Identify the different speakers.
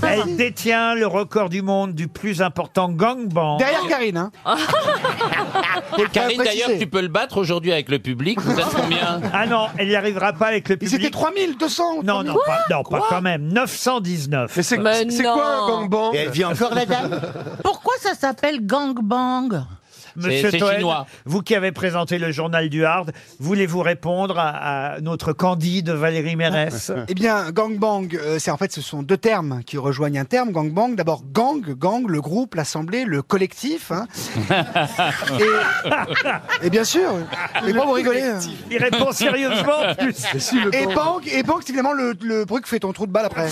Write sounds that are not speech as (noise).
Speaker 1: Ah.
Speaker 2: il détient le record du monde du plus important gangbang.
Speaker 3: Derrière Karine, hein
Speaker 4: Karine,
Speaker 3: (laughs) préciser.
Speaker 4: d'ailleurs, tu peux le battre aujourd'hui avec le public. Vous êtes combien
Speaker 2: Ah non, elle n'y arrivera pas avec le
Speaker 3: Ils étaient
Speaker 2: public.
Speaker 3: 3200
Speaker 2: Non, non, pas, non, pas quand même. 919.
Speaker 3: Mais c'est
Speaker 5: Mais
Speaker 3: c'est quoi un
Speaker 5: non.
Speaker 3: gangbang
Speaker 1: Et elle vit encore la dame
Speaker 6: Pourquoi ça s'appelle gangbang
Speaker 2: (laughs) Monsieur
Speaker 4: c'est
Speaker 2: Toen,
Speaker 4: chinois.
Speaker 2: vous qui avez présenté le journal du Hard, voulez-vous répondre à, à notre Candide
Speaker 1: (laughs)
Speaker 2: Valérie Mérès
Speaker 3: Eh bien, gangbang, euh, c'est en fait, ce sont deux termes qui rejoignent un terme, gangbang. D'abord, gang, gang, le groupe, l'assemblée, le collectif. hein. et, et bien sûr, mais pourquoi vous rigolez hein
Speaker 2: Il répond sérieusement en plus.
Speaker 3: Et bang, et bang, c'est finalement le, le bruit que fait ton trou de balle après.